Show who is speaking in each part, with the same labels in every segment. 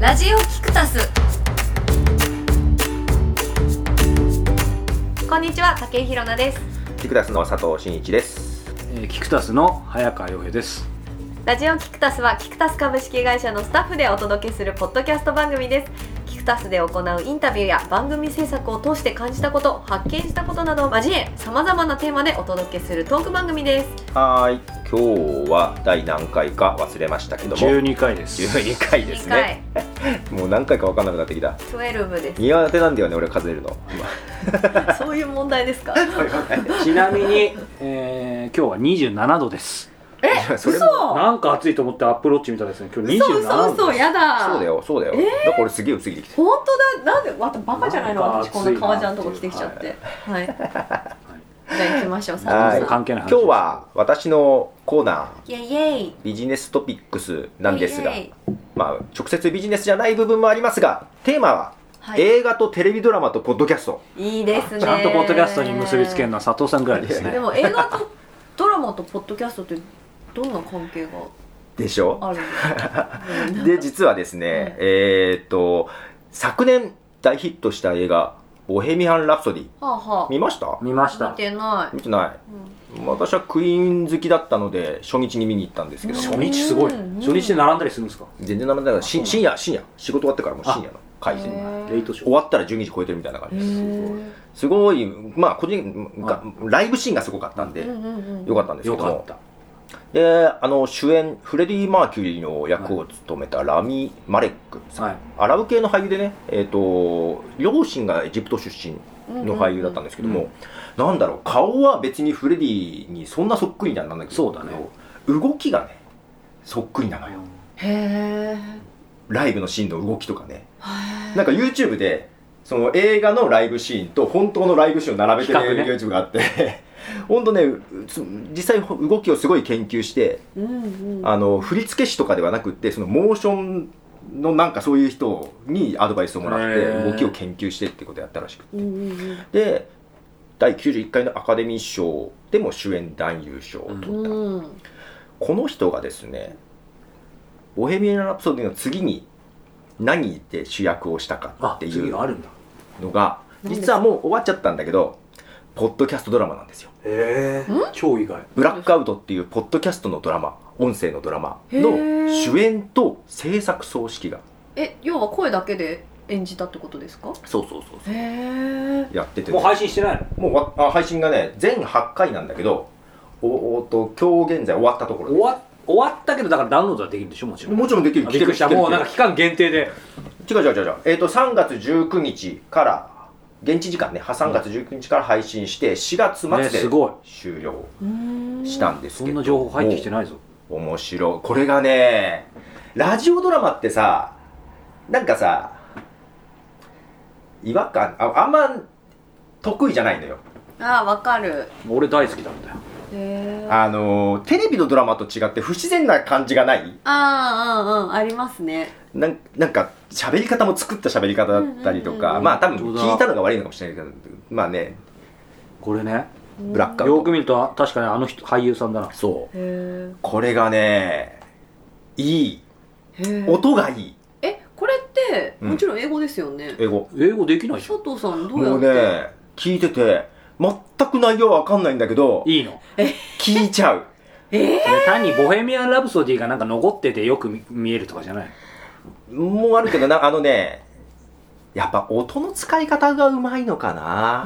Speaker 1: ラジオキクタスこんにちは武井ひろなです
Speaker 2: キクタスの佐藤真一です。
Speaker 3: えー、キクタスの早川洋平です。
Speaker 1: ラジオキクタスはキクタス株式会社のスタッフでお届けするポッドキャスト番組ですキクタスで行うインタビューや番組制作を通して感じたこと発見したことなどを交えさまざまなテーマでお届けするトーク番組です
Speaker 2: はーい、今日は第何回か忘れましたけども、
Speaker 3: 十二回です。
Speaker 2: 12回ですね。もう何回か分かんなくなってきた。
Speaker 1: 2回12で
Speaker 2: 苦手なんだよね、俺数えるの。
Speaker 1: すそういう問題ですか
Speaker 3: ちなみに、えー、今日は二十七度です。
Speaker 1: え
Speaker 2: それも
Speaker 3: なんか暑いと思ってアップローチ見たらですね。今日二
Speaker 1: 嘘
Speaker 3: 十七度で
Speaker 1: 嘘
Speaker 3: す。
Speaker 1: 嘘やだ
Speaker 2: そうだよ、そうだよ。
Speaker 1: え
Speaker 2: だから俺すげえ薄着てきて。
Speaker 1: 本当だなんでまたバカじゃないの
Speaker 3: なんか
Speaker 1: 私こんな革ジャンとか着
Speaker 3: 暑
Speaker 1: て
Speaker 3: いな
Speaker 1: きちゃってはい、じゃあ行きましょう佐
Speaker 2: はい
Speaker 1: 藤さん
Speaker 3: 関係ない
Speaker 2: 今
Speaker 3: 話。
Speaker 2: 日は私のコーナー、
Speaker 1: イエイエイ
Speaker 2: ビジネストピックスなんですが
Speaker 1: イエ、イ
Speaker 2: まあ、直接ビジネスじゃない部分もありますが、テーマは、
Speaker 1: はい
Speaker 2: 映画とテレビドラマとポッドキャスト。
Speaker 1: いいですね
Speaker 3: ちゃんとポッドキャストに結びつけるのは佐藤さんぐらいです
Speaker 1: で
Speaker 3: ね。
Speaker 1: も映画とドラマとポッドキャストってどんな関係が
Speaker 2: でしょ
Speaker 1: あるん
Speaker 2: で
Speaker 1: ですか
Speaker 2: 実はですね、えーっと昨年大ヒットした映画「ボヘミアン・ラプソディ
Speaker 1: はあは」
Speaker 2: 見ました
Speaker 3: 見まし
Speaker 1: あ見
Speaker 3: た。
Speaker 1: てな
Speaker 2: 見てない
Speaker 1: い、うん
Speaker 2: 私はクイーン好きだったので初日に見に行ったんですけど
Speaker 3: 初日すごい。
Speaker 1: うん
Speaker 3: 初日で並んだりするんですか。
Speaker 2: 全然並んでないし深夜深夜仕事終わってからもう深夜の回
Speaker 1: へ
Speaker 2: 線
Speaker 1: ー
Speaker 3: レイトショ
Speaker 2: 終わったら12時超えてるみたいな感じ
Speaker 1: へ
Speaker 2: です
Speaker 1: ー
Speaker 2: すごいまあ個人がライブシーンがすごかったんで
Speaker 1: うんうんうん
Speaker 2: よかったんで
Speaker 3: ー。
Speaker 2: す
Speaker 3: よ
Speaker 2: けど
Speaker 3: かっ
Speaker 2: も
Speaker 3: た。
Speaker 2: であの主演フレディ・マーキュリーの役を務めたラミ・マレックさん
Speaker 3: はい。
Speaker 2: アラブ系の俳優でね、えー、と両親がエジプト出身の俳優だったんですけども、
Speaker 3: うんう
Speaker 2: なんだろう顔は別にフレディにそんなそっくりにはなんだけど
Speaker 3: そうだね
Speaker 2: 動きがねそっくりなのよ
Speaker 1: へえ
Speaker 2: ライブのシーンの動きとかねなんか YouTube でその映画のライブシーンと本当のライブシーンを並べてる、
Speaker 3: 比較ね
Speaker 2: YouTube があって 本当ねう つ実際動きをすごい研究して
Speaker 1: うんうん
Speaker 2: あの振付師とかではなくってそのモーションのなんかそういう人にアドバイスをもらっ
Speaker 3: へ
Speaker 2: て
Speaker 3: ー
Speaker 2: 動きを研究してってことをやったらしく
Speaker 1: うんうん
Speaker 2: で第91回のアカデミー賞でも主演男優賞を取った、
Speaker 1: うんうん
Speaker 2: この人がですね「ボヘミアン・ラプソディ」の次に何で主役をしたか
Speaker 3: あ
Speaker 2: っ、てい
Speaker 3: 次
Speaker 2: う
Speaker 3: があるんだ。
Speaker 2: のが
Speaker 1: 何ですか
Speaker 2: 実はもう終わっちゃったんだけどポッドキャストドラマなんですよ
Speaker 3: ええ
Speaker 1: ん。
Speaker 3: 超意外。
Speaker 2: ブラックアウトっていうポッドキャストのドラマ音声のドラマ
Speaker 1: へー
Speaker 2: の主演と制作総指揮が
Speaker 1: え要は声だけで演じたってことですか
Speaker 2: そうそうそう
Speaker 1: へえ
Speaker 2: やってて
Speaker 3: も
Speaker 2: ね、
Speaker 3: う配信してないの。
Speaker 2: もうわあ配信がね全8回なんだけどおおと今日現在終わったところ
Speaker 3: 終わ終わったけどだからダウンロードはできるんでしょもちろん。
Speaker 2: もちろんできる
Speaker 3: あびっくりした。
Speaker 2: 来てる
Speaker 3: もうなんか
Speaker 2: 来
Speaker 3: 期間限定で。
Speaker 2: てる違う違う違う違うえっ、と3月19日から現地時間ねは3月19日から配信して4月末
Speaker 3: ね、す
Speaker 2: で
Speaker 3: ごい。
Speaker 2: 終了し
Speaker 1: した
Speaker 2: んです
Speaker 3: そ
Speaker 2: けど、
Speaker 3: んな情報入ってきて
Speaker 2: ない
Speaker 3: ないぞ。
Speaker 2: 面白いこれがねラジオドラマってさなんかさ違和感ああんま得意じゃないのよ
Speaker 1: ああわかる
Speaker 3: 俺大好きなんだよ。
Speaker 1: へーあ
Speaker 2: あのテレビのドラマと違って不自然な感じがない
Speaker 1: あうんうんありますね
Speaker 2: なんなんか喋り方も作った喋り方だったりと
Speaker 1: うんうん
Speaker 2: か、
Speaker 1: うんうん
Speaker 2: まあ多分
Speaker 3: 本当だ
Speaker 2: 聞いたのが悪いのかもしれないけどまあね
Speaker 3: これね、
Speaker 2: ブラックアウ
Speaker 3: よく
Speaker 2: ト
Speaker 3: 見るとあ確かにあの人俳優さんだな。
Speaker 2: そう
Speaker 1: へー
Speaker 2: これがねいい
Speaker 1: へー
Speaker 2: 音がいい
Speaker 1: えこれって
Speaker 2: うん
Speaker 1: もちろん英語ですよね、
Speaker 2: 英語
Speaker 3: 英語できないでしょ。
Speaker 1: 佐藤さんどうや
Speaker 2: も
Speaker 1: っ
Speaker 2: う
Speaker 1: て、
Speaker 2: ね聞いてて全く内容わかんないんだけど
Speaker 3: いいの。
Speaker 2: 聞いちゃう
Speaker 1: え
Speaker 3: それ単にボヘミアン・ラブソディがなんか残っててよく見見えるとかじゃない。
Speaker 2: もうあるけどなあのねやっぱ音の使い方がうまいのかな
Speaker 1: あ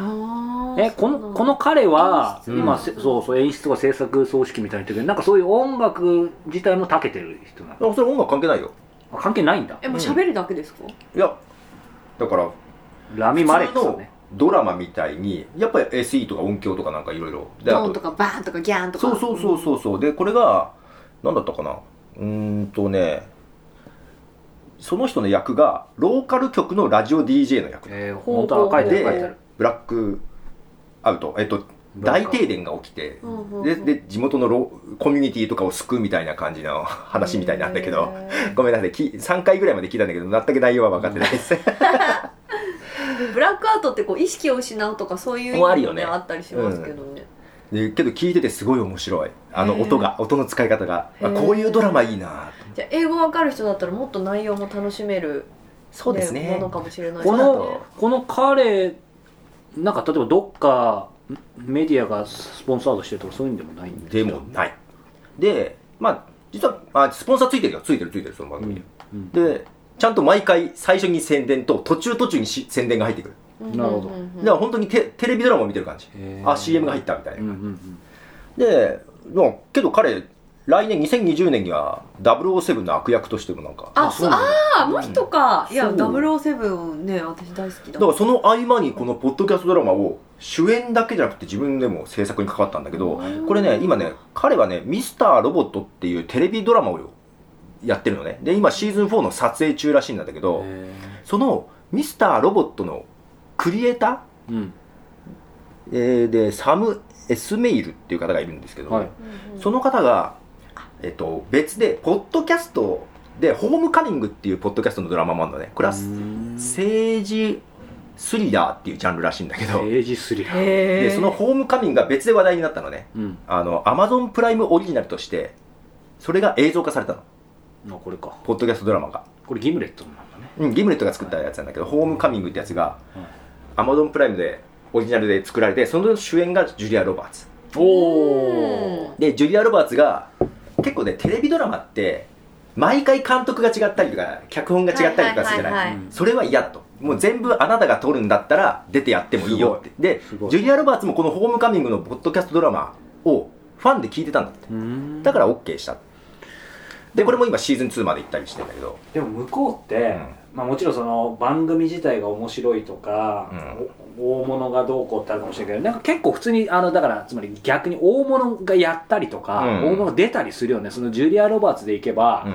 Speaker 1: ー
Speaker 3: え、この、この彼は、
Speaker 1: 演出
Speaker 3: 今、
Speaker 1: うん
Speaker 3: せそうそう、演出とか制作総指揮みたいに言ってるけど、なんかそういう音楽自体も長けてる人なの。
Speaker 2: あそれ音楽関係ないよ
Speaker 3: あ関係ないんだ。
Speaker 1: えもう喋るだけですか、
Speaker 2: いやだから
Speaker 3: ラミ・マレックさんね。
Speaker 2: ドラマみたいにやっぱり SE とか音響とかなんかいろいろで
Speaker 1: ド
Speaker 2: あ
Speaker 1: ーン
Speaker 2: と
Speaker 1: とかバーンとかギャーンとか
Speaker 2: そうそうそうそうそうでこれが何だったかなうーんとねその人の役がローカル局のラジオ DJ の役で
Speaker 3: えー、
Speaker 1: ほう
Speaker 3: 本当は書いてある、書いてある。
Speaker 2: ブラックアウトえっと大停電が起きて
Speaker 1: うんうんうん
Speaker 2: でで地元のロコミュニティとかを救うみたいな感じの話みたいなんだけど
Speaker 1: へ
Speaker 2: ごめんなさいき3回ぐらいまで聞いたんだけど全く内容は分か ってないです
Speaker 1: ーブラックアウトってこう意識を失うとかそういう意
Speaker 2: もうあ
Speaker 1: 味
Speaker 2: る
Speaker 1: も
Speaker 2: よ
Speaker 1: ね
Speaker 2: ね
Speaker 1: あったりしますけどね、
Speaker 2: でけど聞いててすごい面白いあ
Speaker 1: へ
Speaker 2: の
Speaker 1: ー
Speaker 2: 音が音の使い方が
Speaker 1: へ
Speaker 2: あ
Speaker 1: ー
Speaker 2: こういうドラマいいなと
Speaker 1: じゃあ英語わかる人だったらもっと内容も楽しめる、
Speaker 2: そうですね
Speaker 1: ものかもしれない
Speaker 3: こ
Speaker 2: そう
Speaker 1: ですね
Speaker 3: のこの彼なんか例えばどっかメディアがスポンサードしてるとかそういうんでもないん
Speaker 2: でもないでまあ実はあスポンサーついてるよついてるついてるその番組に、
Speaker 3: うん
Speaker 2: でちゃんと毎回最初に宣伝と途中途中にし宣伝が入ってくる、
Speaker 1: うんうんうん
Speaker 3: なるほど
Speaker 2: だから本当にテテレビドラマを見てる感じ
Speaker 3: へー
Speaker 2: あ CM が入ったみたいな、
Speaker 3: うんうんうん
Speaker 2: でまあけど彼来年2020年には007の悪役としてもなんか
Speaker 1: あ、
Speaker 3: そ
Speaker 1: そうう、
Speaker 3: なんだ
Speaker 1: あー、あもう人か。いや、
Speaker 2: そう
Speaker 1: 007ね、私大好きだ。
Speaker 2: だからその合間にこのポッドキャストドラマを主演だけじゃなくて自分でも制作に関わったんだけど
Speaker 1: うん
Speaker 2: これね今ね彼はね「ミスターロボット」っていうテレビドラマをやってるのねで今シーズン4の撮影中らしいんだけど
Speaker 3: へ
Speaker 2: その「ミスターロボット」のクリエイタ
Speaker 3: ーうん
Speaker 2: ー、えーでサム・エスメイルっていう方がいるんですけど、
Speaker 3: はい
Speaker 1: うんうん
Speaker 2: その方が、えっと、別でポッドキャストで「ホームカミング」っていうポッドキャストのドラマもあるのねこれは
Speaker 3: うん
Speaker 2: 政治スリラーっていうジャンルらしいんだけど
Speaker 3: 政治スリラー
Speaker 1: へ
Speaker 2: で
Speaker 1: え。
Speaker 2: そのホームカミングが別で話題になったのね
Speaker 3: うん
Speaker 2: あのアマゾンプライムオリジナルとしてそれが映像化されたの
Speaker 3: あこれか
Speaker 2: ポッドキャストドラマが、
Speaker 3: これギムレットなんだね
Speaker 2: うん、ギムレットが作ったやつなんだけど、ホームカミングってやつが
Speaker 3: はい
Speaker 2: アマゾンプライムでオリジナルで作られてその主演がジュリア・ロバーツ
Speaker 3: おお
Speaker 2: でジュリア・ロバーツが結構ねテレビドラマって毎回監督が違ったりとか脚本が違ったりとかす
Speaker 1: はいは
Speaker 2: るじゃない,、
Speaker 1: いはい
Speaker 3: はい
Speaker 2: それは嫌だともう全部あなたが撮るんだったら出てやってもいいよってです
Speaker 3: ごい
Speaker 2: ジュリア・ロバーツもこの「ホームカミング」のポッドキャストドラマをファンで聞いてたんだってだから OK したでこれも今シーズン2まで行ったりしてんだけど
Speaker 4: でも向こうって、
Speaker 2: うん
Speaker 4: まあ、もちろんその番組自体が面白いとか、お大物がどうこうってあるかもしれないけどなんか結構普通にあのだからつまり逆に大物がやったりとか、
Speaker 2: うん
Speaker 4: 大物が出たりするよねそのジュリア・ロバーツでいけば、
Speaker 2: う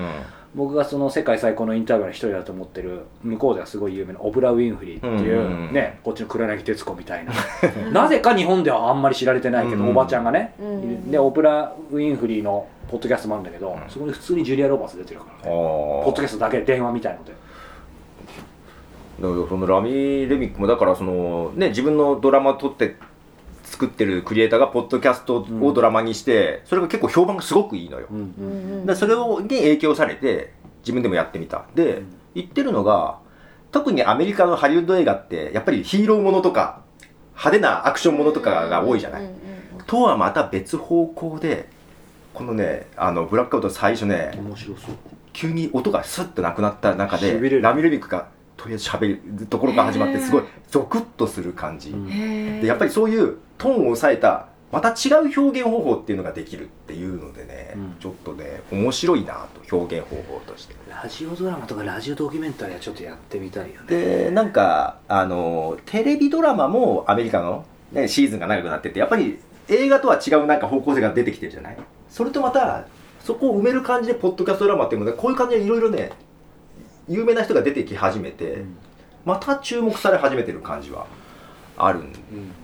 Speaker 4: 僕がその世界最高のインタビューの一人だと思ってる向こうではすごい有名なオブラ・ウィンフリーっていう、
Speaker 2: うんうんうん
Speaker 4: ねこっちの黒柳徹子みたいな
Speaker 1: うん
Speaker 4: なぜか日本ではあんまり知られてないけど、
Speaker 2: うんうん
Speaker 4: おばちゃんがね、
Speaker 1: うん
Speaker 4: でオブラ・ウィンフリーのポッドキャストもあるんだけど、
Speaker 2: うん
Speaker 4: そこに普通にジュリア・ロバーツ出てるからね
Speaker 2: ん
Speaker 4: ポッドキャストだけ電話みたいので
Speaker 2: だからそのラミ・レミックもだからその、ね、自分のドラマを撮って作ってるクリエイターがポッドキャストをドラマにして、それが結構評判がすごくいいのよ、
Speaker 1: うんうん
Speaker 2: だからそれをに影響されて自分でもやってみたで、
Speaker 4: うん
Speaker 2: 言ってるのが特にアメリカのハリウッド映画ってやっぱりヒーローものとか派手なアクションものとかが多いじゃない、
Speaker 1: うんうんうん
Speaker 2: とはまた別方向でこのねあのブラックアウトの最初ね、
Speaker 3: 面白そう
Speaker 2: 急に音がスッとなくなった中で
Speaker 4: しびれる
Speaker 2: ラミレビックがとりあえず喋るところから始まって
Speaker 1: へー
Speaker 2: すごいゾクッとする感じ、
Speaker 3: うん
Speaker 1: へえ
Speaker 2: でやっぱりそういうトーンを抑えたまた違う表現方法っていうのができるっていうのでね、
Speaker 3: うん
Speaker 2: ちょっとね面白いなと表現方法として
Speaker 3: ラジオドラマとかラジオドキュメンタリーはちょっとやってみたいよね
Speaker 2: でなんかあのテレビドラマもアメリカの、ね、シーズンが長くなっててやっぱり映画とは違うなんか方向性が出てきてるじゃないそれとまたそこを埋める感じでポッドキャストドラマっていうのがこういう感じでいろいろね有名な人が出てき始めて、
Speaker 3: うん
Speaker 2: また注目され始めてる感じはあるん
Speaker 3: うん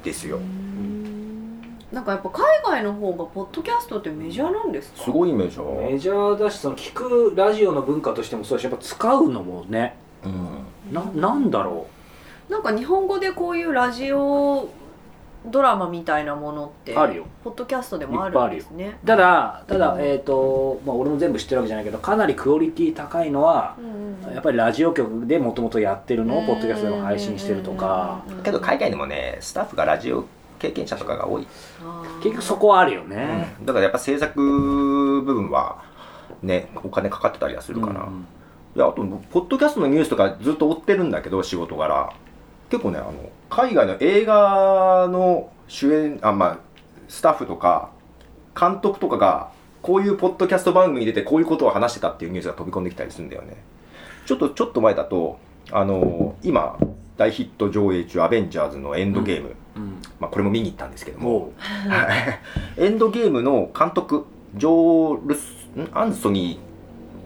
Speaker 2: ですよ、
Speaker 1: うんなんかやっぱ海外の方がポッドキャストってメジャーなんですか
Speaker 2: すごいメジャ
Speaker 4: メ
Speaker 2: ー、
Speaker 4: ジャーだしその聞くラジオの文化としてもそうだしやっぱ使うのもね
Speaker 2: うん、
Speaker 4: ななんだろ
Speaker 1: なんか日本語でこういうラジオドラマみたいなものって
Speaker 4: うあるよ
Speaker 1: ポッドキャストでもあるんですね
Speaker 4: ただただ
Speaker 1: うん
Speaker 4: えっ、とまあ俺も全部知ってるわけじゃないけどかなりクオリティ高いのはやっぱりラジオ局でもともとやってるのをポッドキャストでも配信してるとか
Speaker 1: うんうんうんうん
Speaker 2: けど海外でもねスタッフがラジオ経験者とかが多い、
Speaker 1: あー
Speaker 4: 結局そこはあるよね、
Speaker 2: だからやっぱ制作部分はねお金かかってたりはするから、
Speaker 4: うん
Speaker 2: いやあとポッドキャストのニュースとかずっと追ってるんだけど仕事柄結構ねあの海外の映画の主演あまあスタッフとか監督とかがこういうポッドキャスト番組に出てこういうことを話してたっていうニュースが飛び込んできたりするんだよねちょっとちょっと前だとあの今大ヒット上映中「アベンジャーズ」のエンドゲーム、
Speaker 3: うん
Speaker 2: まあ、これも見に行ったんですけども
Speaker 3: もう
Speaker 2: エンドゲームの監督、ジョー・ルス、んアンソニ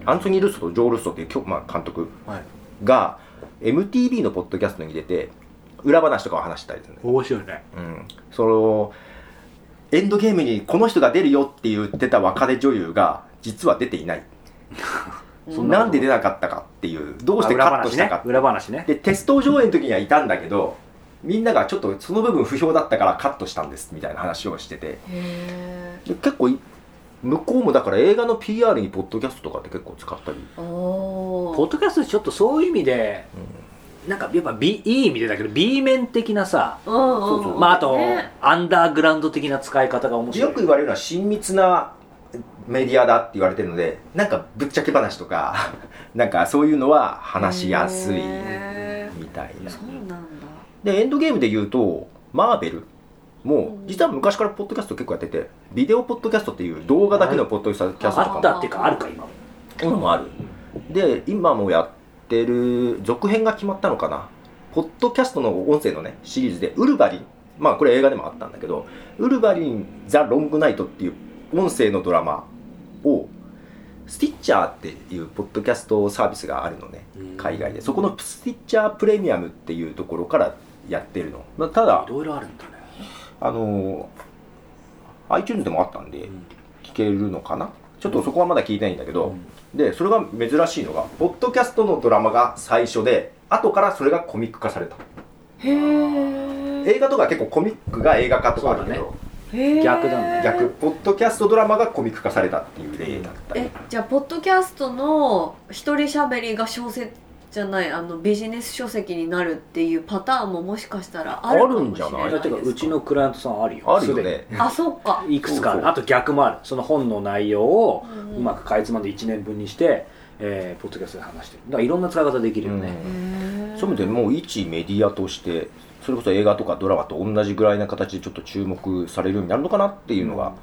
Speaker 2: ー、アンソニー・ルストとジョー・ルストっていうきょ、まあ、監督
Speaker 3: はい
Speaker 2: が、MTV のポッドキャストに出て、裏話とかを話したりするね。
Speaker 3: 面白いね
Speaker 2: うん。その、エンドゲームにこの人が出るよって言ってた若手女優が、実は出ていない。
Speaker 1: そんな
Speaker 2: なんで出なかったかっていう、どうしてカットしたか
Speaker 4: あ裏話ね裏話ね
Speaker 2: で、テスト上映の時にはいたんだけど、みんながちょっとその部分不評だったからカットしたんですみたいな話をしてて、
Speaker 1: へ
Speaker 2: で結構い向こうもだから映画の PR にポッドキャストとかって結構使ったり、
Speaker 1: お
Speaker 4: ポ
Speaker 1: お
Speaker 4: ッドキャストってちょっとそういう意味でなんかやっぱ、B、いい意味でだけど B 面的なさ
Speaker 1: うんうん
Speaker 2: そうそう
Speaker 4: まああと、
Speaker 1: ね
Speaker 4: アンダーグラウンド的な使い方が面白い
Speaker 2: よく言われるのは親密なメディアだって言われてるのでなんかぶっちゃけ話とか なんかそういうのは話しやすい
Speaker 1: へ
Speaker 2: みたい
Speaker 1: ー
Speaker 2: な
Speaker 1: そうなんだ
Speaker 2: でエンドゲームで言うとマーベルも
Speaker 1: うん
Speaker 2: 実は昔からポッドキャスト結構やっててビデオポッドキャストっていう動画だけのポッドキャストと
Speaker 1: あ
Speaker 4: あ
Speaker 2: か
Speaker 4: っ
Speaker 2: も
Speaker 4: たっていうかあるか今も
Speaker 2: 今もあるで今もやってる続編が決まったのかなポッドキャストの音声のねシリーズでウルヴァリンまあこれ映画でもあったんだけどウルヴァリン・ザ・ロングナイトっていう音声のドラマをスティッチャーっていうポッドキャストサービスがあるのね海外でそこのスティッチャープレミアムっていうところからやってるの、まあ、ただ
Speaker 4: いろいろあるんだね
Speaker 2: あの iTunes でもあったんで聞けるのかなちょっとそこはまだ聞いてないんだけど、でそれが珍しいのがポッドキャストのドラマが最初で後からそれがコミック化された
Speaker 1: へー
Speaker 2: 映画とか結構コミックが映画化とかあるけど、
Speaker 1: へー
Speaker 4: 逆なんだ
Speaker 2: 逆ポッドキャストドラマがコミック化されたっていう例だったり
Speaker 1: えじゃあポッドキャストの一人しゃべりが小説じゃないあのビジネス書籍になるっていうパターンももしかしたらあるかもしれない
Speaker 2: あ
Speaker 1: ですか
Speaker 2: るんじゃ
Speaker 4: だってかうちのクライアントさんあるよ
Speaker 2: あるよね
Speaker 1: あそっか
Speaker 4: すでにいくつかあ
Speaker 2: そう
Speaker 4: る
Speaker 2: そう
Speaker 4: あと逆もあるその本の内容を
Speaker 1: うんうん
Speaker 4: うまくかいつまんで1年分にして、えーポッドキャストで話してるだからいろんな使い方できるよね、
Speaker 2: うん
Speaker 1: へー
Speaker 2: そういう意味でもう一メディアとしてそれこそ映画とかドラマと同じぐらいな形でちょっと注目されるようになるのかなっていうのが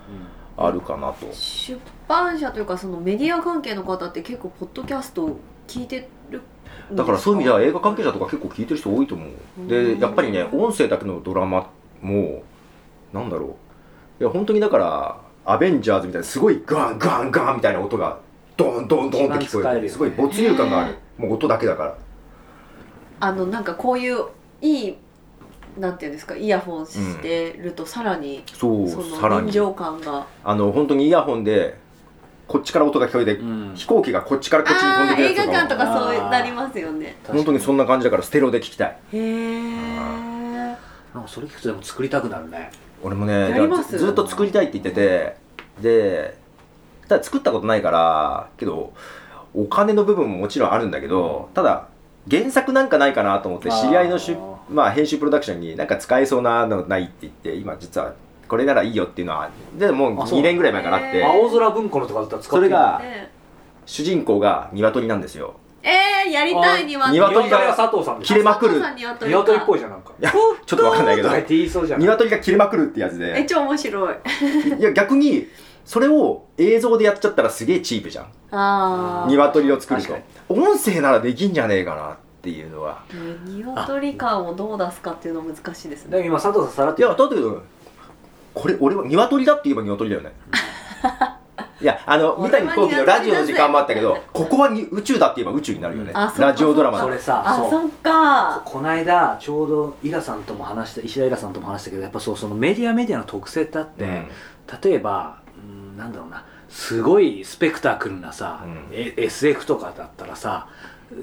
Speaker 2: あるかなと、
Speaker 1: 出版社というかそのメディア関係の方って結構ポッドキャストを聞いてるんですか
Speaker 2: だからそういう意味では映画関係者とか結構聞いてる人多いと思う
Speaker 1: う
Speaker 2: で
Speaker 1: ん
Speaker 2: やっぱりね音声だけのドラマもなんだろういや本当にだからアベンジャーズみたいなすごいガンガンガンみたいな音がドンドンドンって
Speaker 4: 一番
Speaker 2: 聞
Speaker 4: 使
Speaker 2: こえ
Speaker 4: える
Speaker 2: る
Speaker 4: よね
Speaker 2: すごい没入感があるもう音だけだから
Speaker 1: あのなんかこういういいなんていうんですかイヤホンしてるとさらに
Speaker 2: そう
Speaker 1: そ
Speaker 2: さ
Speaker 1: の
Speaker 2: ら
Speaker 1: 臨
Speaker 2: に
Speaker 1: 場感が
Speaker 2: あの本当にイヤホンでこっちから音が聞こえて、
Speaker 4: うん
Speaker 2: 飛行機がこっちからこっちに飛ん
Speaker 1: あ
Speaker 2: で
Speaker 1: あ
Speaker 2: くる
Speaker 1: 映
Speaker 2: や
Speaker 1: 画
Speaker 2: つとか
Speaker 1: 館と
Speaker 2: も
Speaker 1: かそうなりますよね
Speaker 2: 本当にそんな感じだからステレオで聞きたい
Speaker 1: へえ
Speaker 4: なんかそれ聞くとでも作りたくなるね
Speaker 2: 俺もね
Speaker 1: やります
Speaker 2: ずずっと作りたいって言っててでただ作ったことないからけどお金の部分ももちろんあるんだけどただ原作なんかないかなと思って
Speaker 4: あー
Speaker 2: 知り合いのしゅまあ、編集プロダクションになんか使えそうなのないって言って今実はこれならいいよっていうのはでもう
Speaker 4: あそう
Speaker 2: 2年ぐらい前からあっ
Speaker 1: え
Speaker 2: て
Speaker 1: ー
Speaker 4: 青空文庫のとかだったら使
Speaker 2: そ
Speaker 4: っ
Speaker 2: れ
Speaker 4: ていいの
Speaker 2: が
Speaker 1: ね
Speaker 2: 主人公が鶏なんですよ
Speaker 1: えー、やりたいには
Speaker 2: 鶏
Speaker 4: 鶏が佐藤さんで
Speaker 2: 切れまくる
Speaker 1: 鶏か
Speaker 4: 鶏っぽいじゃんなんか
Speaker 2: いやちょっとわかんないけ
Speaker 4: と
Speaker 2: ど
Speaker 4: か言って言いそうじゃん
Speaker 2: 鶏が切れまくるってやつ
Speaker 1: え
Speaker 2: で
Speaker 1: 超面白い
Speaker 2: いや逆にそれを映像でやっちゃったらすげえチープじゃん
Speaker 1: ああ
Speaker 2: 鶏を作ると
Speaker 4: 確
Speaker 2: 音声ならできんじゃねえかなっていうのは
Speaker 1: ね鶏感をどう出すかっていうのは難しいです
Speaker 4: で
Speaker 1: ね
Speaker 4: も今佐藤さんさらっ
Speaker 2: い
Speaker 4: て
Speaker 2: やだけどこれ俺は鶏だって言えば鶏だよねいやあの三谷幸喜のラジオの時間もあったけどここはに宇宙だって言えば宇宙になるよね
Speaker 1: あそうか
Speaker 2: ラジオドラマ
Speaker 1: う
Speaker 2: だ
Speaker 1: か
Speaker 4: それさ
Speaker 1: あ
Speaker 4: そう
Speaker 1: そっか
Speaker 4: この間ちょうど伊賀さんとも話した石田伊賀さんとも話したけどやっぱそうそのメディアメディアの特性ってあって、
Speaker 2: うん
Speaker 4: 例えばうんなんだろうなすごいスペクタクルなさ、
Speaker 2: うん
Speaker 4: え SF とかだったらさ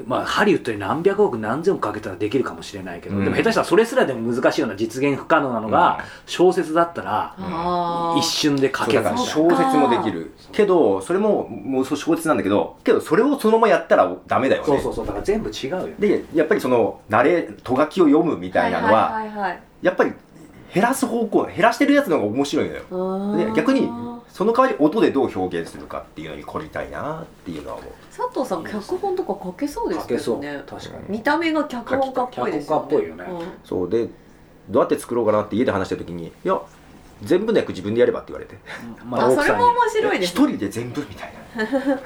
Speaker 4: まあ、ハリウッドに何百億何千億かけたらできるかもしれないけど、
Speaker 2: うん
Speaker 4: でも下手したらそれすらでも難しいような実現不可能なのが小説だったら
Speaker 2: うん
Speaker 1: あー
Speaker 4: 一瞬で
Speaker 2: そ
Speaker 4: 書
Speaker 2: う
Speaker 4: け
Speaker 2: だから
Speaker 4: るみたいな
Speaker 2: 小説もできるけどそれももうそう小説なんだけどけどそれをそのままやったらダメだよね
Speaker 4: そうそうそうだから全部違うよ
Speaker 2: でやっぱりそのナレとがきを読むみたいなのは,、
Speaker 1: いはいはい
Speaker 2: やっぱり減らす方向減らしてるやつの方が面白いのよ
Speaker 1: はい、
Speaker 2: で逆に
Speaker 1: あー
Speaker 2: その代わり音でどう表現するかっていうのに凝りたいなっていうのは思う
Speaker 1: 佐藤さん脚本とか書けそうで
Speaker 4: 書
Speaker 1: す
Speaker 4: け
Speaker 1: け
Speaker 4: そう
Speaker 1: どね
Speaker 4: 確かに
Speaker 1: 見た目が脚本家っぽいですよね
Speaker 4: 脚本家っぽいよね
Speaker 2: そうでどうやって作ろうかなって家で話した時にいや全部の役自分でやればって言われて
Speaker 1: う
Speaker 4: ま
Speaker 1: ん、あそれも
Speaker 4: に
Speaker 1: 面白いで
Speaker 2: 一
Speaker 1: す
Speaker 2: 人で全部みたいな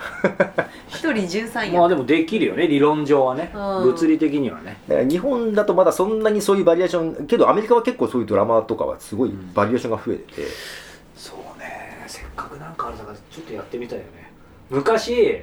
Speaker 1: 一人十三
Speaker 4: まあ
Speaker 1: 役
Speaker 4: でもできるよね理論上はね、
Speaker 1: うん
Speaker 4: 物理的にはね
Speaker 2: だから日本だとまだそんなにそういうバリエーションけどアメリカは結構そういうドラマとかはすごいバリエーションが増えてて、
Speaker 4: そうねせっかくなんかあるからちょっとやってみたいよね昔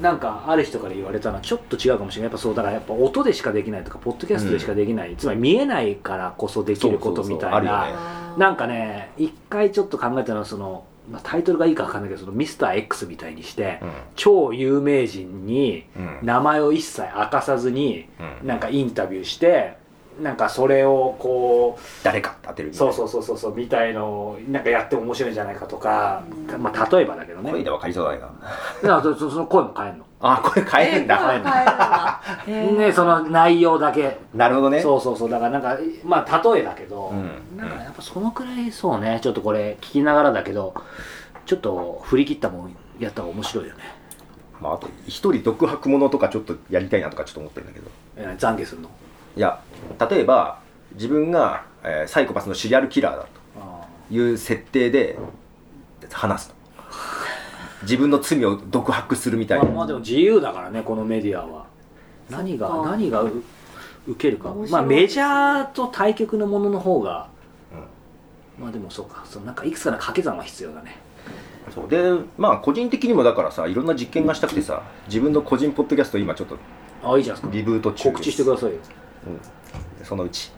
Speaker 4: なんかある人から言われたのはちょっと違うかもしれないやっぱそうだからやっぱ音でしかできないとかポッドキャストでしかできない、つまり見えないからこそできることみた
Speaker 2: そうそう
Speaker 4: いな
Speaker 2: そうあるよね
Speaker 4: なんかね一回ちょっと考えたのはその、まあ、タイトルがいいか分かんないけどそのミスター X みたいにして、超有名人に
Speaker 2: うんうん
Speaker 4: 名前を一切明かさずに
Speaker 2: うん
Speaker 4: なんかインタビューしてなんかそれをこ
Speaker 2: 誰か当てる
Speaker 4: うそうそうそうそうそうみたいのをなんかやって面白いんじゃないかとか、
Speaker 1: うん
Speaker 4: まあ例えばだけどね
Speaker 2: 声で分かりそうだな
Speaker 4: だからそそその声も変えるの、
Speaker 2: あ声変えるんだ、
Speaker 1: だ変えるんだ
Speaker 4: ねその内容だけ
Speaker 2: なるほどね
Speaker 4: そうそうそうだからなんかまあ例えだけど、
Speaker 2: うん
Speaker 4: なんかやっぱそのくらいそうねちょっとこれ聞きながらだけどちょっと振り切ったもんやった方が面白いよね
Speaker 2: まあ、あと一人独白ものとかちょっとやりたいなとかちょっと思ってるんだけど
Speaker 4: えー懺悔するの
Speaker 2: いや例えば自分が、えーサイコパスのシリアルキラーだ
Speaker 4: あ
Speaker 2: という設定で話すと自分の罪を独白するみたい
Speaker 4: まあ、
Speaker 2: な、
Speaker 4: まあでも自由だからねこのメディアは
Speaker 1: そっか
Speaker 4: 何が何がう受けるか
Speaker 1: 面
Speaker 4: ま
Speaker 1: 白い
Speaker 4: あメジャーと対局のものの方がまあでもそうかそのなんかいくつかの掛け算は必要だね
Speaker 2: うんそうでまあ個人的にもだからさいろんな実験がしたくてさ自分の個人ポッドキャスト今ちょっと
Speaker 4: あいいじゃないです
Speaker 2: リ
Speaker 4: か
Speaker 2: ブート中です
Speaker 4: 告知してくださいよ
Speaker 2: うん、そのうち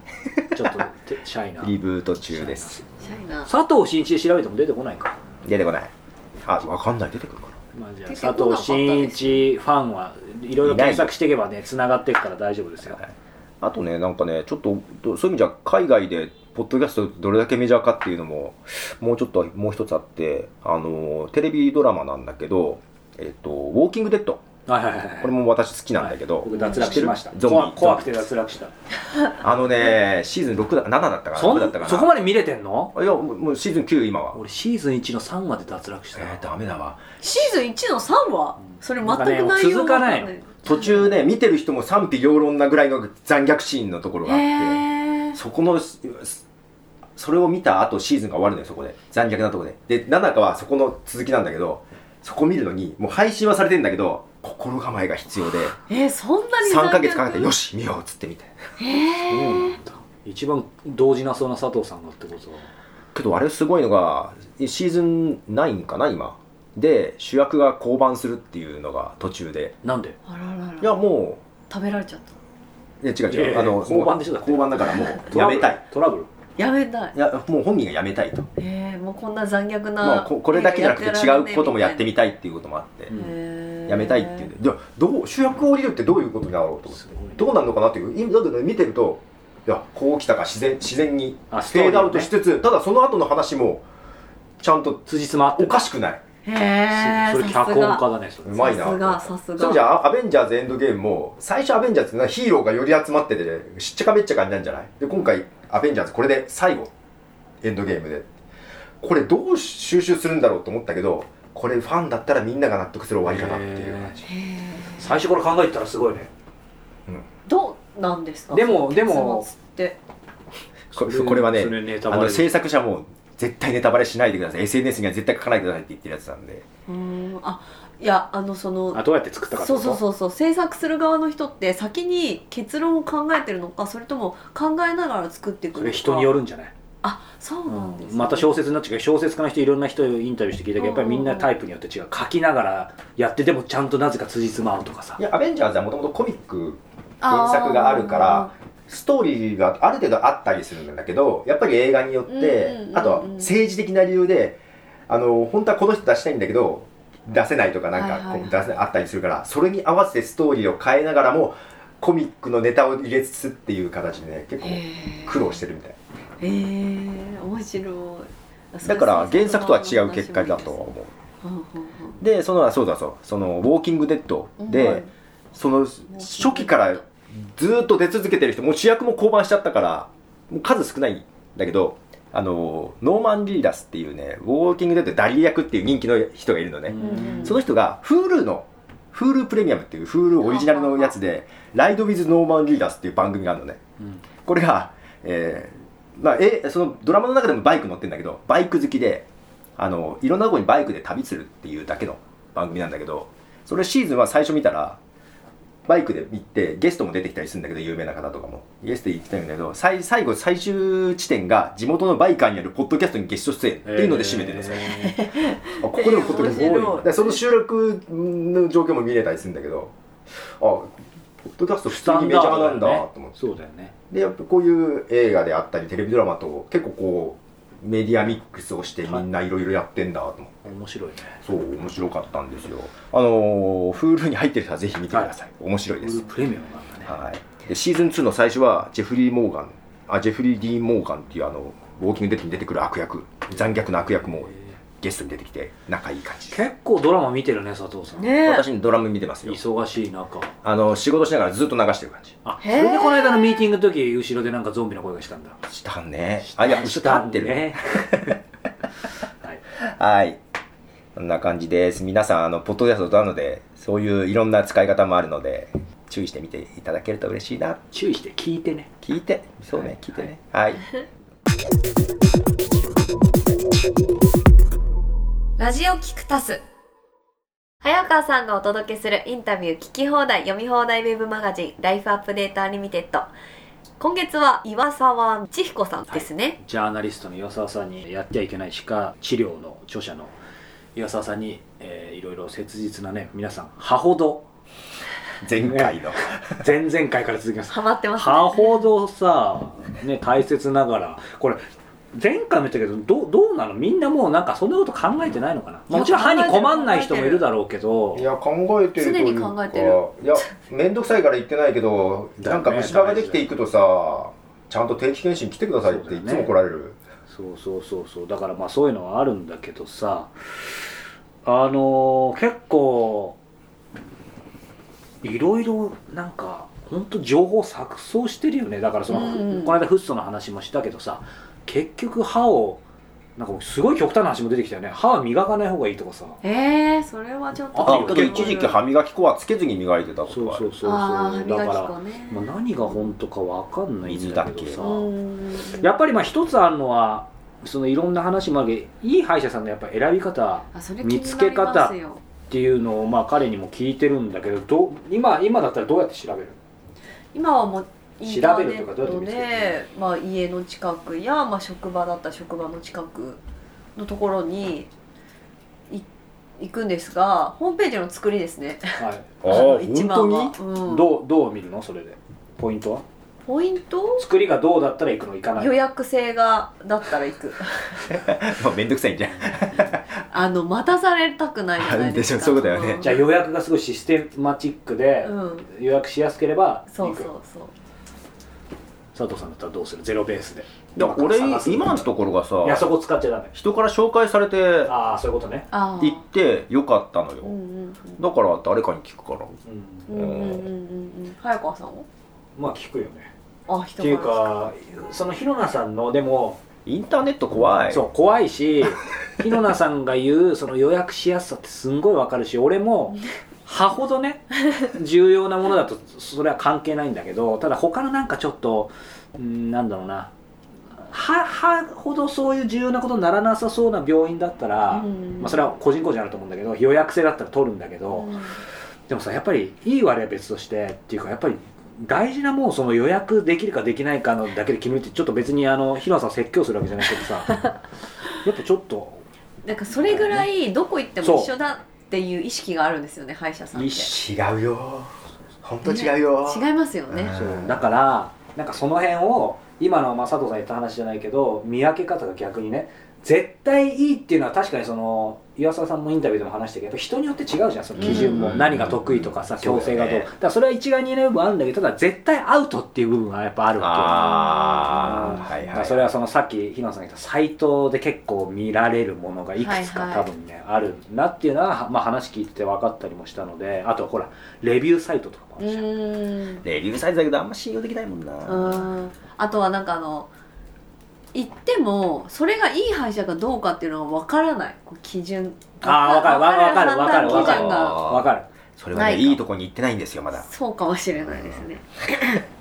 Speaker 4: ちょっと てシャイな
Speaker 2: リブート中です
Speaker 1: シャイな
Speaker 4: 佐藤真一で調べても出てこないか、
Speaker 2: 出てこないあわかんない出てくるかな
Speaker 4: まあ、じゃあ
Speaker 1: 出てこなか
Speaker 4: 佐
Speaker 1: ったで
Speaker 4: 藤
Speaker 1: す
Speaker 4: 真一ファンはいろいろ検索していけばねつながっていくから大丈夫ですよ
Speaker 2: あとね、なんかね、ちょっと、どそういう意味じゃ、海外で、ポッドキャストどれだけメジャーかっていうのも、もうちょっと、もう一つあって、あの、テレビドラマなんだけど、えっと、ウォーキングデッド。
Speaker 4: はいはいはいはい
Speaker 2: これも私好きなんだけど、
Speaker 4: 僕脱落しました
Speaker 2: 知ってる
Speaker 4: 怖
Speaker 2: ゾンビ
Speaker 4: 怖くて脱落した
Speaker 2: あのね、シーズン6だ、7だったかな、
Speaker 4: そ
Speaker 2: 6
Speaker 4: ん
Speaker 2: だったかな。
Speaker 4: そこまで見れてんの
Speaker 2: いや、もうもうシーズン9、今は。
Speaker 4: 俺シーズン1の3まで脱落した
Speaker 2: えー、ダメだわ。
Speaker 1: シーズン1の3話それ全く内容
Speaker 4: なんかね続かないの
Speaker 1: わん
Speaker 2: 途中ね、見てる人も賛否両論なぐらいの残虐シーンのところがあって、
Speaker 1: へー
Speaker 2: そこの、すそれを見た後シーズンが終わるのよ、そこで。残虐なとこで。で、7かはそこの続きなんだけど、そこ見るのに、もう配信はされてんだけど、心構えが必要で、
Speaker 1: えーそんなに
Speaker 2: 3ヶ月かけて、よ
Speaker 1: し
Speaker 2: し、見ようっつって見て。
Speaker 4: 一番動じなそうな佐藤さんがってことは
Speaker 2: けど、あれすごいのが、シーズン9かな、今。で、主役が降板するっていうのが途中で。
Speaker 4: なんで
Speaker 1: あららら
Speaker 2: いや、も
Speaker 1: 食べられちゃった
Speaker 2: う、いや違う
Speaker 4: いや
Speaker 2: 違。
Speaker 4: いうや
Speaker 2: あの、
Speaker 4: 降板でしょだって
Speaker 2: 降板だからもう、やめたい。
Speaker 4: トラブル
Speaker 1: やめたい
Speaker 2: いや、もう本人がやめたいと。
Speaker 1: えー、もうこんな残虐な、
Speaker 2: まあ、ここれだけじゃなくて違うこともやって
Speaker 1: み
Speaker 2: みたいっていうこともあって
Speaker 4: う、ん
Speaker 2: やめたいっていうんで、じゃあどう主役を降りるってどういうことだろうと思って
Speaker 4: すごいね
Speaker 2: どうなるのかなっていう今だけど見てるといやこう来たか自然自然にフ
Speaker 4: あストー
Speaker 2: ェ
Speaker 4: リー
Speaker 2: ー
Speaker 4: ね
Speaker 2: ドアウトしつつ、ただその後の話もちゃんと
Speaker 4: 辻褄合って
Speaker 2: お
Speaker 4: る
Speaker 2: かしくない
Speaker 1: へえ
Speaker 4: それ脚本家だねそうれ
Speaker 2: まいな
Speaker 1: さすがさすが
Speaker 2: そうじゃあアベンジャーズエンドゲームも最初アベンジャーズってのはヒーローがより集まっててしっちゃかめっちゃかになるんじゃないで今回アベンジャーズこれで最後エンドゲームでこれどう収集するんだろうと思ったけどこれファンだったらみんなが納得する終わり方っていう感じ
Speaker 1: へえ
Speaker 4: 最初から考えてたらすごいね
Speaker 1: どうなんですか
Speaker 4: でもでも
Speaker 1: 結末って
Speaker 2: これこれはね
Speaker 4: それネタ
Speaker 2: あ
Speaker 4: バ
Speaker 2: の
Speaker 4: レ
Speaker 2: 制作者も絶対ネタバレしないでください SNS には絶対書かないでくださいって言ってるやつなんで
Speaker 1: うーんあいやあのその
Speaker 4: あどうやって作ったかって
Speaker 1: そ
Speaker 4: こ
Speaker 1: う
Speaker 4: と
Speaker 1: そうそうそう制作する側の人って先に結論を考えてるのかそれとも考えながら作っていくの
Speaker 4: そ
Speaker 1: か
Speaker 4: れ人によ
Speaker 1: る
Speaker 4: るんじゃない
Speaker 1: あそうなんです、ね
Speaker 4: また小説になっちゃうけど小説家の人いろんな人インタビューして聞いたけどやっぱりみんなタイプによって違う書きながらやってでもちゃんとなぜか辻褄合うとかさ
Speaker 2: いやアベンジャーズはもともとコミック原作があるからストーリーがある程度あったりするんだけどやっぱり映画によって、
Speaker 1: うんうんうんうん
Speaker 2: あとは政治的な理由であの本当はこの人出したいんだけど出せないとかなん
Speaker 1: はい
Speaker 2: か
Speaker 1: はい
Speaker 2: こう出せないあったりするからそれに合わせてストーリーを変えながらもコミックのネタを入れつつっていう形でね結構苦労してるみたい
Speaker 1: へえ面白い
Speaker 2: だから原作とは違う結果だとは思
Speaker 1: うんうん
Speaker 2: うでそのそうだそうその「ウォーキング・デッド
Speaker 1: うん
Speaker 2: で」
Speaker 1: はい
Speaker 2: その初期からずーっと出続けてる人もう主役も降板しちゃったからもう数少ないんだけどあのノーマン・リーダスっていうねウォーキング・デッドでダリー役っていう人気の人がいるのね、
Speaker 1: ん
Speaker 2: その人が Hulu の Hulu プレミアムっていう Hulu オリジナルのやつで「ライド・ウィズ・ノーマン・リーダス」っていう番組があるのね
Speaker 4: うん
Speaker 2: これが、えーまあ、えそのドラマの中でもバイク乗ってるんだけどバイク好きであのいろんなとこにバイクで旅するっていうだけの番組なんだけどそれシーズンは最初見たらバイクで行ってゲストも出てきたりするんだけど有名な方とかもゲストで行ってたんだけど最最後最終地点が地元のバイカーによるポッドキャストにゲスト出演っていうので締めてるんですよ、
Speaker 4: え
Speaker 2: あここでもポッドキャスト
Speaker 1: えー面
Speaker 2: 多い
Speaker 1: 白い
Speaker 2: だからその収録の状況も見れたりするんだけどあポッドキャスト
Speaker 4: ー
Speaker 2: 普通にメジャーなんだ
Speaker 4: スタンダードよね
Speaker 2: と思って
Speaker 4: そうだよね
Speaker 2: でやっぱこういう映画であったりテレビドラマと結構こうメディアミックスをしてみんないろいろやってんだと思って、
Speaker 4: 面白いね
Speaker 2: そう面白かったんですよあのー Hulu に入ってる人はぜひ見てください、面白いです
Speaker 4: プレミアムなんだねね
Speaker 2: はい、でシーズン2の最初はジェフリー・モーガンあジェフリー・ディーン・モーガンっていうあのウォーキングデッドに出てくる悪役残虐な悪役もゲストに出てきて仲いい感じです
Speaker 4: 結構ドラマ見てるね佐藤さん、
Speaker 1: ねえ
Speaker 2: 私にドラム見てますよ
Speaker 4: 忙しい中
Speaker 2: あの仕事しながらずっと流してる感じ
Speaker 4: あそ
Speaker 1: へー
Speaker 4: れでこの間のミーティングの時後ろでなんかゾンビの声がしたんだ
Speaker 2: したんねあいや後ろ立ってる
Speaker 4: ね
Speaker 2: はいこんな感じです皆さんあのポッドキャストなのでそういういろんな使い方もあるので注意してみていただけると嬉しいな
Speaker 4: 注意して聞いてね
Speaker 2: 聞いてそうね、
Speaker 4: はい
Speaker 2: 聞いてねはい
Speaker 1: ラジオキクタス早川さんがお届けするインタビュー聞き放題読み放題ウェブマガジン「ライフアップデータリミテッド」今月は岩沢千彦さんですね、
Speaker 4: ジャーナリストの岩沢さんにやってはいけない歯科治療の著者の岩沢さんに、えーいろいろ切実なね皆さん歯ほど
Speaker 2: 前回の
Speaker 4: 前々回から続きま す
Speaker 1: ハマってますね
Speaker 4: 歯ほどさ、ね、大切ながらこれ前回も言ったけどどうどうなのみんなもうなんかそんなこと考えてないのかな、まあもちろん歯に困んない人もいるだろうけど
Speaker 2: いや考えてるというか
Speaker 1: 常に考えてる
Speaker 2: いや面倒くさいから言ってないけど
Speaker 4: だ
Speaker 2: な
Speaker 4: よね
Speaker 2: んか虫歯ができていくとさちゃんと定期検診来てくださいっていつも来られる、
Speaker 4: そうそうそうそうだからまあそういうのはあるんだけどさあのー結構いろいろなんか本当情報錯綜してるよねだからその、
Speaker 1: うんうん
Speaker 4: この間フッ素の話もしたけどさ結局歯をなんかすごい極端な話も出てきたよね歯は磨かない方がいいとかさ
Speaker 1: えー、それはちょっと
Speaker 4: あ
Speaker 2: あけど一時期歯磨き粉はつけずに磨いてたこと
Speaker 4: そう
Speaker 2: があ
Speaker 4: そう
Speaker 2: る
Speaker 4: そうそう
Speaker 1: あー歯磨
Speaker 4: だか
Speaker 1: き
Speaker 4: ら
Speaker 1: 粉、ね
Speaker 4: まあ、何が本当かわかんないんだけ
Speaker 2: 水だ
Speaker 1: う
Speaker 4: ど
Speaker 1: ん
Speaker 4: さやっぱりまあ一つあるのはそのいろんな話もあるけどいい歯医者さんのやっぱ選び方
Speaker 1: あそれ
Speaker 4: 見つけ方
Speaker 1: 気になりますよ
Speaker 4: っていうのをまあ彼にも聞いてるんだけどどう今今だったらどうやって調べる
Speaker 1: 今はもうインターネッ
Speaker 4: 調べるとかどうやって
Speaker 1: ト
Speaker 4: 見つけ
Speaker 1: で、まあ、家の近くや、まあ、職場だったら職場の近くのところにい行くんですがホームページの作りですね
Speaker 4: はい
Speaker 2: あ
Speaker 1: あの
Speaker 2: あ
Speaker 1: 一番
Speaker 2: 本
Speaker 1: は
Speaker 2: 当に
Speaker 1: うん、
Speaker 4: どうどう見るのそれでポイントは
Speaker 1: ポイント
Speaker 4: 作りがどうだったら行くの行かない
Speaker 1: 予約制がだったら行 く
Speaker 2: もう面倒くさいんじゃん
Speaker 1: あの待たされたくないじゃないですか
Speaker 2: でしょそういうことだよね
Speaker 1: ん
Speaker 4: じゃあ予約がすごいシステマチックで
Speaker 1: うん
Speaker 4: 予約しやすければ
Speaker 1: そ
Speaker 4: 行
Speaker 1: う
Speaker 4: く
Speaker 1: そうそう
Speaker 4: 佐藤さんだったらどうするゼロベースで
Speaker 2: だから俺
Speaker 4: 探す
Speaker 2: 今のところが
Speaker 4: いや
Speaker 2: さ
Speaker 4: そこ使っちゃダメ
Speaker 2: 人から紹介されて
Speaker 4: ああそういうことね
Speaker 1: ああ
Speaker 2: 行ってよかったの
Speaker 1: う
Speaker 2: よ
Speaker 1: んうん
Speaker 2: だから誰かに聞くから
Speaker 4: うん
Speaker 1: うんうんうんうんうん早川さんを
Speaker 4: まあ聞くよね
Speaker 1: あ
Speaker 4: っ
Speaker 1: 人
Speaker 4: ていう
Speaker 1: ら
Speaker 4: かそのひろなさんのでも
Speaker 2: インターネット怖い
Speaker 4: そう怖 いしひろなさんが言うその予約しやすさってすんごいわかるし俺も歯ほどね重要なものだとそれは関係ないんだけどただ他のなんかちょっとうんなんだろうな歯歯ほどそういう重要なことにならなさそうな病院だったら、
Speaker 1: うん
Speaker 4: まあ、それは個人個人あると思うんだけど予約制だったら取るんだけど、
Speaker 1: うん
Speaker 4: でもさやっぱりいい悪いは別としてっていうかやっぱり大事なもんその予約できるかできないかのだけで決めるってちょっと別にあの平野さん説教するわけじゃないけ どさやっぱちょっと
Speaker 1: なんかそれぐらいどこ行っても一緒だっていう意識があるんですよね歯医者さんって
Speaker 4: 一緒
Speaker 2: 違うよ本
Speaker 1: 違いますよね
Speaker 4: そう
Speaker 2: うん
Speaker 4: だからなんかその辺を今のまあ佐藤さん言った話じゃないけど見分け方が逆にね絶対いいっていうのは確かにその岩沢さんもインタビューでも話したけどやっぱ人によって違うじゃんその基準も
Speaker 2: うん
Speaker 4: 何が得意とかさ
Speaker 2: そう
Speaker 4: 強
Speaker 2: だ
Speaker 4: 制
Speaker 2: よね
Speaker 4: がどうだからそれは一概に言えない部分あるんだけどただ絶対アウトっていう部分はやっぱあるわけよ
Speaker 2: ああ
Speaker 4: うん
Speaker 2: はい
Speaker 4: だ
Speaker 2: は
Speaker 4: から
Speaker 2: い
Speaker 4: それはそのさっき日野さんが言ったサイトで結構見られるものがいくつ
Speaker 1: は
Speaker 4: か
Speaker 1: いはい
Speaker 4: 多分ね、あるなっていうのは、まあ、話聞いてて分かったりもしたのであとほらレビューサイトとかもあ
Speaker 1: う
Speaker 4: るじゃん、
Speaker 1: ーん
Speaker 2: レビューサイズだけどあんま信用できないもんな
Speaker 1: うーんあとはなんかあの行ってもそれがいい歯医者かどうかっていうのがわからないこう基準
Speaker 4: あーわかるわかるわかる
Speaker 1: 判断基準
Speaker 2: わかる
Speaker 1: が
Speaker 2: あー
Speaker 4: 分かる
Speaker 2: それは
Speaker 1: な
Speaker 2: ね
Speaker 1: いか
Speaker 2: いいとこに行ってないんですよまだ
Speaker 1: そうかもしれないですね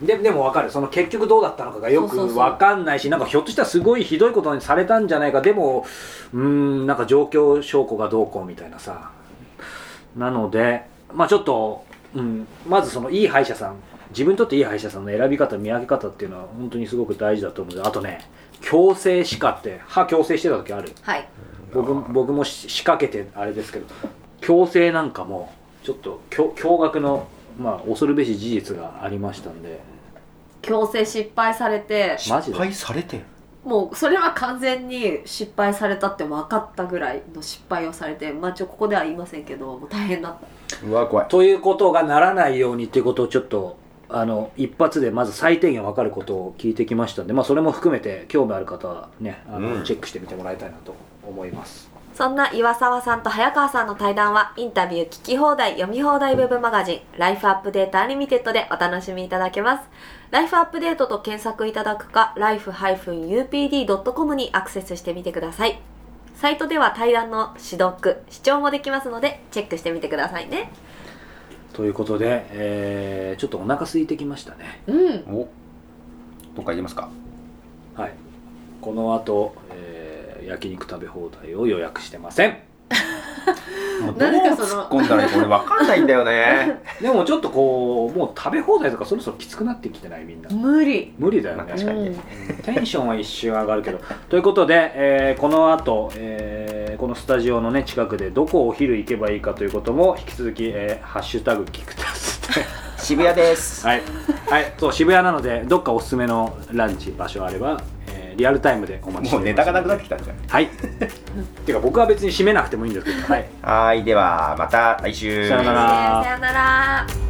Speaker 4: ででも分かるその結局どうだったのかがよく
Speaker 1: そうそうそう
Speaker 4: 分かんないしなんかひょっとしたらすごいひどいことにされたんじゃないかでもうーんなんか状況証拠がどうこうみたいなさなのでまあちょっと、うん、まずそのいい歯医者さん自分にとっていい歯医者さんの選び方見分け方っていうのは本当にすごく大事だと思うのであとね矯正歯科って歯矯正してた時ある
Speaker 1: はい
Speaker 4: 僕僕もし仕掛けてあれですけど強制なんかもちょっと驚驚愕の、まあ、恐るべし事実がありましたんで
Speaker 1: 強制失敗されて
Speaker 4: マ
Speaker 2: 失
Speaker 4: ジで
Speaker 2: 敗されてる
Speaker 1: もうそれは完全に失敗されたって分かったぐらいの失敗をされてまあちょここでは言いませんけどもう大変だった
Speaker 2: うわ怖いう
Speaker 4: ということがならないようにっていうことをちょっとあの一発でまず最低限分かることを聞いてきましたんで、まあ、それも含めて興味ある方はねあの、
Speaker 2: うん
Speaker 4: チェックしてみてもらいたいなと思います
Speaker 1: そんな岩沢さんと早川さんの対談はインタビュー聞き放題読み放題ウェブマガジン「ライフアップデートアンリミテッド」でお楽しみいただけますライフアップデートと検索いただくか life-upd.com にアクセスしてみてくださいサイトでは対談の指読視聴もできますのでチェックしてみてくださいね
Speaker 4: ということで、えーちょっとお腹空いてきましたね
Speaker 1: うん
Speaker 2: おどっか行きますか
Speaker 4: はいこの後、えー焼肉食べ放題を予約してません
Speaker 2: もうどう
Speaker 1: なぜかその
Speaker 2: 突っ込んだらいいか俺分かんないんだよね
Speaker 4: でもちょっとこうもう食べ放題とかそろそろきつくなってきてないみんな
Speaker 1: 無理
Speaker 4: 無理だよ
Speaker 2: まあ
Speaker 4: ね
Speaker 2: 確かにね
Speaker 4: テンションは一瞬上がるけど。 ということで、えーこの後、えーこのスタジオの、ね、近くでどこお昼行けばいいかということも引き続き、えーハッシュタグキクタス で
Speaker 2: 渋谷です
Speaker 4: はい、はい、そう渋谷なのでどっかおすすめのランチ場所あれば、えーリアルタイムでお待ちして
Speaker 2: も
Speaker 4: お
Speaker 2: うネ
Speaker 4: りま
Speaker 2: タ
Speaker 4: す
Speaker 2: がなくなってきたんじゃん
Speaker 4: はいてか僕は別に締めなくてもいいんですけどはい
Speaker 2: はーいではまた来週
Speaker 4: さよなら
Speaker 1: さよなら